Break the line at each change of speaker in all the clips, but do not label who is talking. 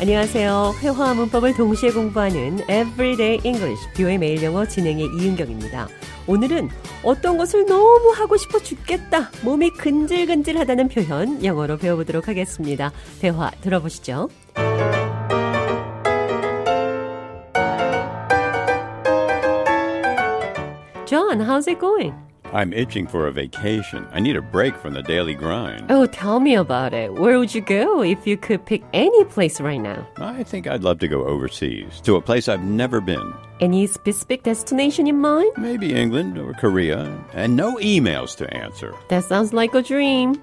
안녕하세요. 회화와 문법을 동시에 공부하는 Everyday English, 뷰의 매일 영어 진행의 이은경입니다. 오늘은 어떤 것을 너무 하고 싶어 죽겠다, 몸이 근질근질하다는 표현 영어로 배워보도록 하겠습니다. 대화 들어보시죠. John, how's it going?
I'm itching for a vacation. I need a break from the daily grind.
Oh, tell me about it. Where would you go if you could pick any place right now?
I think I'd love to go overseas to a place I've never been.
Any specific destination in mind?
Maybe England or Korea, and no emails to answer.
That sounds like a dream.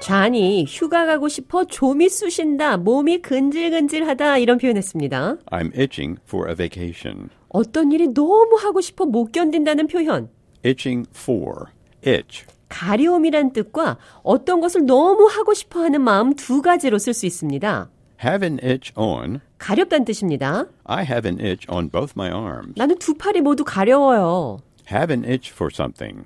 잔이 휴가 가고 싶어 좀이 쑤신다, 몸이 근질근질하다 이런 표현했습니다.
I'm itching for a vacation.
어떤 일이 너무 하고 싶어 못 견딘다는 표현.
Itching for. Itch.
가려움이란 뜻과 어떤 것을 너무 하고 싶어 하는 마음 두 가지로 쓸 수 있습니다.
Have an itch on.
가렵다는 뜻입니다.
I have an itch on both my arms.
나는 두 팔이 모두 가려워요.
Have an itch for something.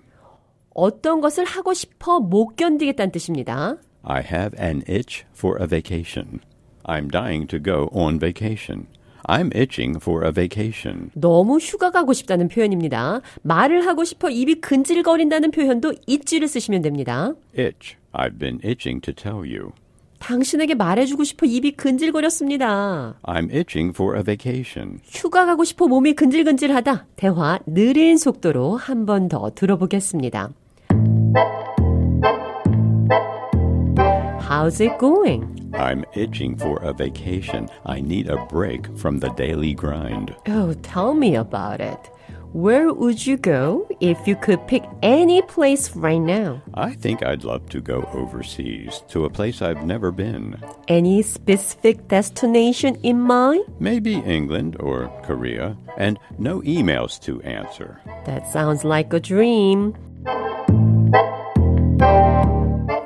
어떤 것을 하고 싶어 못 견디겠다는 뜻입니다.
I have an itch for a vacation. I'm dying to go on vacation. I'm itching for a vacation.
너무 휴가 가고 싶다는 표현입니다. 말을 하고 싶어 입이 근질거린다는 표현도 있지를 쓰시면 됩니다.
Itch. I've been itching to tell you.
당신에게 말해주고 싶어 입이 근질거렸습니다.
I'm itching for a vacation.
휴가 가고 싶어 몸이 근질근질하다. 대화 느린 속도로 한 번 더 들어보겠습니다. How's it going?
I'm itching for a vacation. I need a break from the daily grind.
Oh, tell me about it. Where would you go if you could pick any place right now?
I think I'd love to go overseas to a place I've never been.
Any specific destination in mind?
Maybe England or Korea, and no emails to answer.
That sounds like a dream.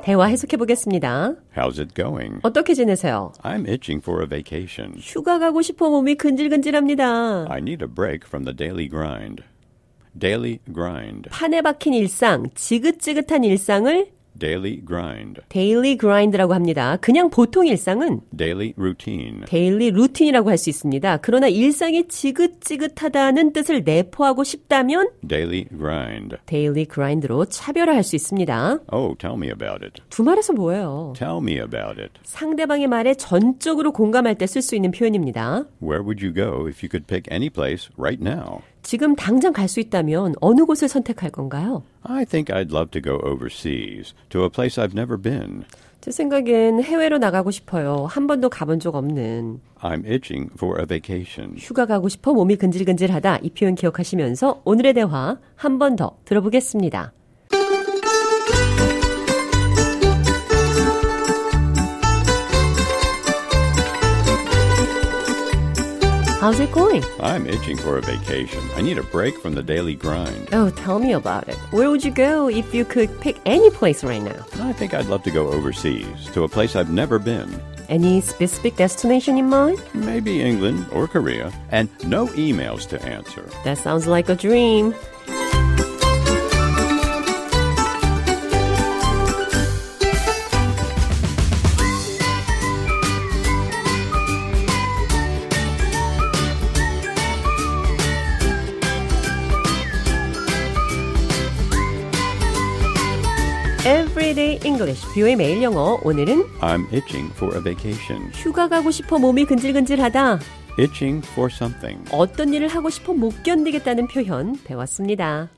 대화 해석해 보겠습니다.
How's it going?
어떻게 지내세요?
I'm itching for a vacation.
휴가 가고 싶어 몸이 근질근질합니다.
I need a break from the daily grind. Daily grind.
판에 박힌 일상, 지긋지긋한 일상을
Daily grind.
데일리 그라인드라고 합니다. 그냥 보통 일상은
Daily routine.
데일리 루틴이라고 할 수 있습니다. 그러나 일상이 지긋지긋하다는 뜻을 내포하고 싶다면
Daily grind.
데일리 그라인드로 차별화할 수 있습니다.
Oh, tell me about it.
두 말에서 뭐예요?
Tell me about it.
상대방의 말에 전적으로 공감할 때 쓸 수 있는 표현입니다.
Where would you go if you could pick any place right now?
지금 당장 갈 수 있다면 어느 곳을 선택할 건가요?
I think I'd love to go overseas to a place I've never been.
제 생각엔 해외로 나가고 싶어요. 한 번도 가본 적 없는
I'm itching for a vacation.
휴가 가고 싶어 몸이 근질근질하다 이 표현 기억하시면서 오늘의 대화 한 번 더 들어보겠습니다. How's it going?
I'm itching for a vacation. I need a break from the daily grind.
Oh, tell me about it. Where would you go if you could pick any place right now?
I think I'd love to go overseas to a place I've never been.
Any specific destination in mind?
Maybe England or Korea, and no emails to answer.
That sounds like a dream. Everyday English, 뷰의 매일 영어. 오늘은
I'm itching for a vacation.
휴가 가고 싶어 몸이 근질근질하다.
Itching for something.
어떤 일을 하고 싶어 못 견디겠다는 표현 배웠습니다.